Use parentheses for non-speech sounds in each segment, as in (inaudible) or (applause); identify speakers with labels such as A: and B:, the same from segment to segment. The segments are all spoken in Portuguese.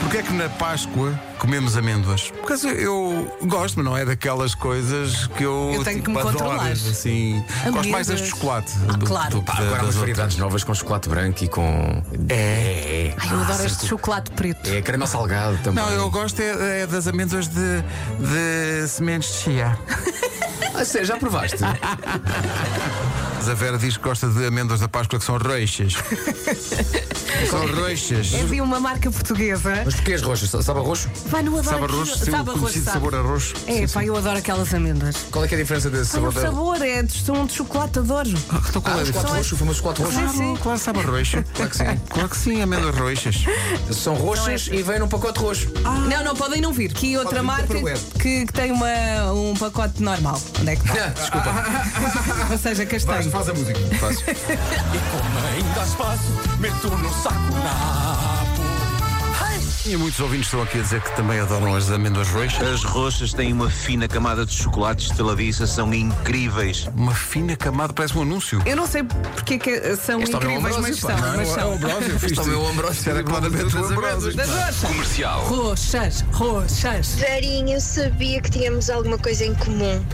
A: Porquê é que na Páscoa comemos amêndoas? Por causa eu gosto, mas não é daquelas coisas que eu.
B: Eu tenho que
A: tipo,
B: me
A: adoro,
B: controlar.
A: Assim. Gosto mais das de chocolate.
B: Ah, claro.
C: Pá, agora há umas
A: das
C: variedades novas com chocolate branco e com. É, é.
B: Ai, eu adoro este chocolate preto.
C: É creme salgado também.
A: Não, eu gosto é, é das amêndoas de, de sementes de chia.
C: Ah, sério, já provaste?
A: Mas A Vera diz que gosta de amêndoas da Páscoa que são
B: (laughs)
A: roxas. são roxas.
B: É de uma marca portuguesa.
C: Mas porquê és roxo? Sa- Sabe um a roxo?
B: Vai no adoro.
A: Sabe a
B: aquilo.
A: roxo, seu
B: Sabe a roxo,
A: conhecido
B: sabe.
A: sabor a roxo.
B: É, pá, eu adoro aquelas amêndoas.
C: Qual é que é a diferença desse
B: Ai,
C: sabor?
B: o
C: da-
B: sabor é de som de chocolate, adoro.
A: Então qual
C: Ah,
A: é a
C: o chocolate
A: diferença?
C: roxo, o famoso chocolate roxo.
B: Sim, sim.
A: Claro, sabe a roxo.
C: Claro que sim.
A: Claro que sim, amêndoas roxas.
C: São roxas e vêm num pacote roxo.
B: Não, não podem não vir. Que outra
C: vir,
B: marca
C: Tupperware.
B: que, que tem uma, um pacote normal. Onde é
C: (laughs)
B: que está?
C: Ah, Desculpa.
B: Ou seja, castanho.
A: (laughs)
C: a música. Faz.
D: Como ainda as faço, meto no saco napo. Ai!
A: E muitos ouvintes estão aqui a dizer que também adoram as amêndoas roxas.
E: As roxas têm uma fina camada de chocolate esteladiça, são incríveis.
A: Uma fina camada, parece um anúncio.
B: Eu não sei porque que são
C: Este homem é um
B: incríveis,
C: Ambrósio,
B: mas
C: pá.
B: são.
C: Não,
B: Mas são.
A: Ambrósio,
C: Este homem é o Ambrósio.
A: Isto era claramente o Ambrósio.
B: Das roxas. Comercial. Roxas, roxas.
F: Verinha, eu sabia que tínhamos alguma coisa em comum.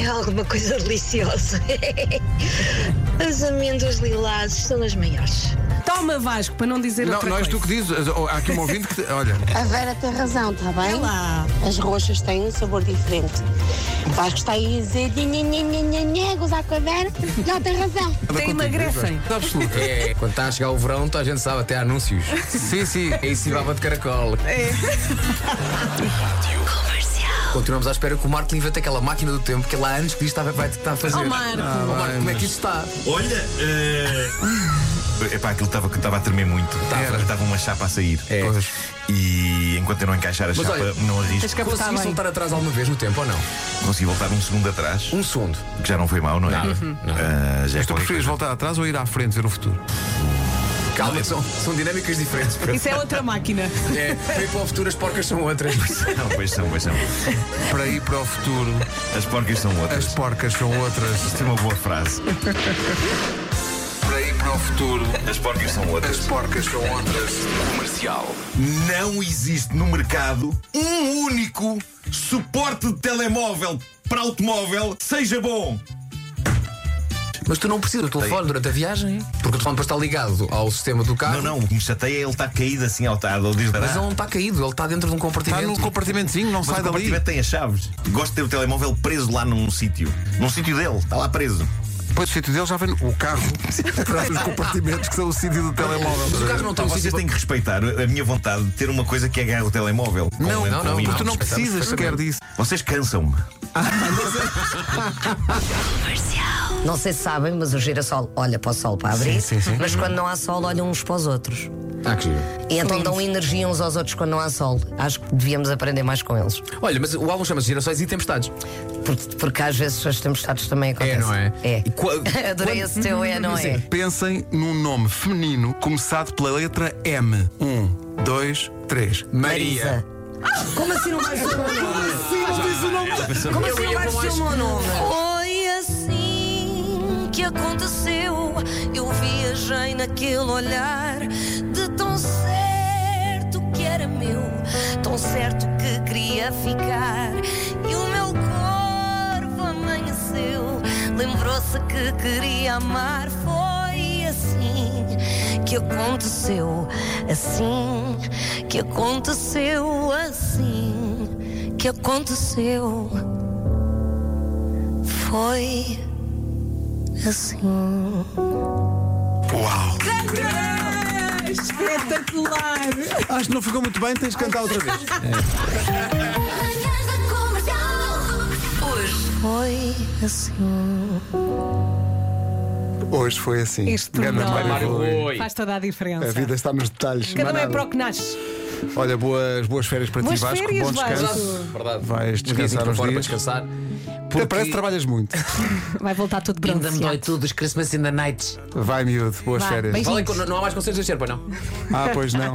F: É alguma coisa deliciosa. (laughs) As amêndoas lilás são as maiores.
B: Toma Vasco, para não dizer
A: Não,
B: outra
A: não és
B: coisa.
A: tu que dizes. Há aqui um ouvinte que. te- Olha,
G: A Vera tem razão, está bem?
B: lá.
G: As roxas têm um sabor diferente. O Vasco está aí a dizer nhe, gozar com a Vera. Não, tem razão.
B: Até emagrecem.
A: absoluta.
C: É, quando está a chegar o verão, toda a gente sabe, até há anúncios.
A: Sim, sim.
C: É isso e baba de caracol. É. Continuamos à espera que o Marco invente aquela máquina do tempo que ele há anos que diz que estava- vai tentar fazer.
B: Oh, Marco.
C: Oh, Marco, como é que isso está?
H: Olha, eh, epá, aquilo estava estava a tremer muito.
C: Tava.
H: Estava uma chapa a sair.
C: É.
A: Pois.
H: E enquanto eu não encaixar a
C: Mas
H: chapa,
C: olha,
H: não arrisco.
B: que apertar
C: Consegui
B: bem.
C: soltar atrás alguma vez no tempo ou não?
H: Consegui voltar um segundo atrás,
C: Um segundo.
H: que já não foi mau, não é? Ah, já é
A: Mas tu
H: qualquer
A: preferias
H: coisa.
A: voltar atrás ou ir à frente ver o futuro?
C: Calma, são, são dinâmicas diferentes.
B: (laughs) Isso é outra
C: (laughs)
B: máquina.
C: É, bem para o futuro as porcas são outras.
H: Não, pois são, pois são.
A: Para ir para o futuro,
H: As porcas são
A: as
H: outras.
A: porcas são outras.
H: Isto é uma boa frase.
A: Para ir para o futuro,
H: As porcas são outras.
A: porcas são outras.
H: Não existe no mercado um único suporte de telemóvel para automóvel seja bom.
C: Mas tu não precisas do telefone durante a viagem, porque o telefone depois está ligado ao sistema do carro.
H: Não, não, o que me chateia é ele estar caído assim ao tado.
C: Mas ele não está caído, ele está dentro de um
A: Está
C: compartimento.
A: num compartimentozinho, não
H: Mas
A: sai
H: o
A: dali.
H: compartimento tem as chaves. Gosto de ter o telemóvel preso lá num sítio. Num sítio dele, está lá preso.
A: Depois do sítio dele já vem o carro. (laughs) Atrás dos compartimentos que são o sítio do
C: Mas o
A: telemóvel.
C: carro não está
H: Então
C: um
A: é
H: vocês
C: sítio-
H: têm que respeitar a minha vontade de ter uma coisa que agarra o telemóvel. Com-
A: Não,
H: com um
C: não, não,
H: imã.
A: Porque tu não
C: Respeitamos
A: precisas sequer disso.
H: Vocês cansam-me.
I: Não sei se sabem, mas o girassol olha para o sol para abrir,
A: Sim, sim, sim.
I: mas quando não há sol, olham uns para os outros.
C: Ah, que giro.
I: E então dão energia uns aos outros quando não há sol. Acho que devíamos aprender mais com eles.
C: Olha, mas o álbum chama-se Gerações e Tempestades.
I: Porque, porque às vezes as tempestades também acontecem.
C: É, não é? E qua-
I: (laughs) Adorei esse teu é, não é?
A: Pensem num nome feminino começado pela letra M. Um, dois, três.
C: Maria.
I: Como assim não vais ser o meu nome? Como assim não vais ser o meu nome?
J: Foi assim que aconteceu. Eu viajei naquele olhar de tão certo que era meu, tão certo que queria ficar. E o meu corpo amanheceu, lembrou-se que queria amar. Foi assim que aconteceu, assim que aconteceu, assim que aconteceu. Foi assim.
A: Uau!
B: (laughs) Espetacular.
A: Acho que não ficou muito bem, tens de cantar outra vez.
J: Hoje foi assim.
A: Hoje foi assim.
B: Este
A: Ganda
B: pormenor.
A: Mário Rui.
B: Faz toda a diferença.
A: A vida está nos detalhes.
B: Cada um
A: mais
B: é
A: nada.
B: para o que nasce.
A: Olha, boas, boas férias para
B: Boas
A: ti, Vasco.
B: férias,
A: Bom descanso.
B: Vasco.
C: Verdade.
A: Vais descansar
C: para
A: uns
C: fora para
A: dias.
C: descansar.
A: Até Parece que trabalhas muito.
B: Vai voltar tudo bronzeado.
C: tudo, os Christmas in the night.
A: Vai, miúdo. Boas
B: Vá,
A: férias.
B: beijinho.
C: Não há mais conselhos a ser, pois não?
B: (laughs)
A: Ah, pois não.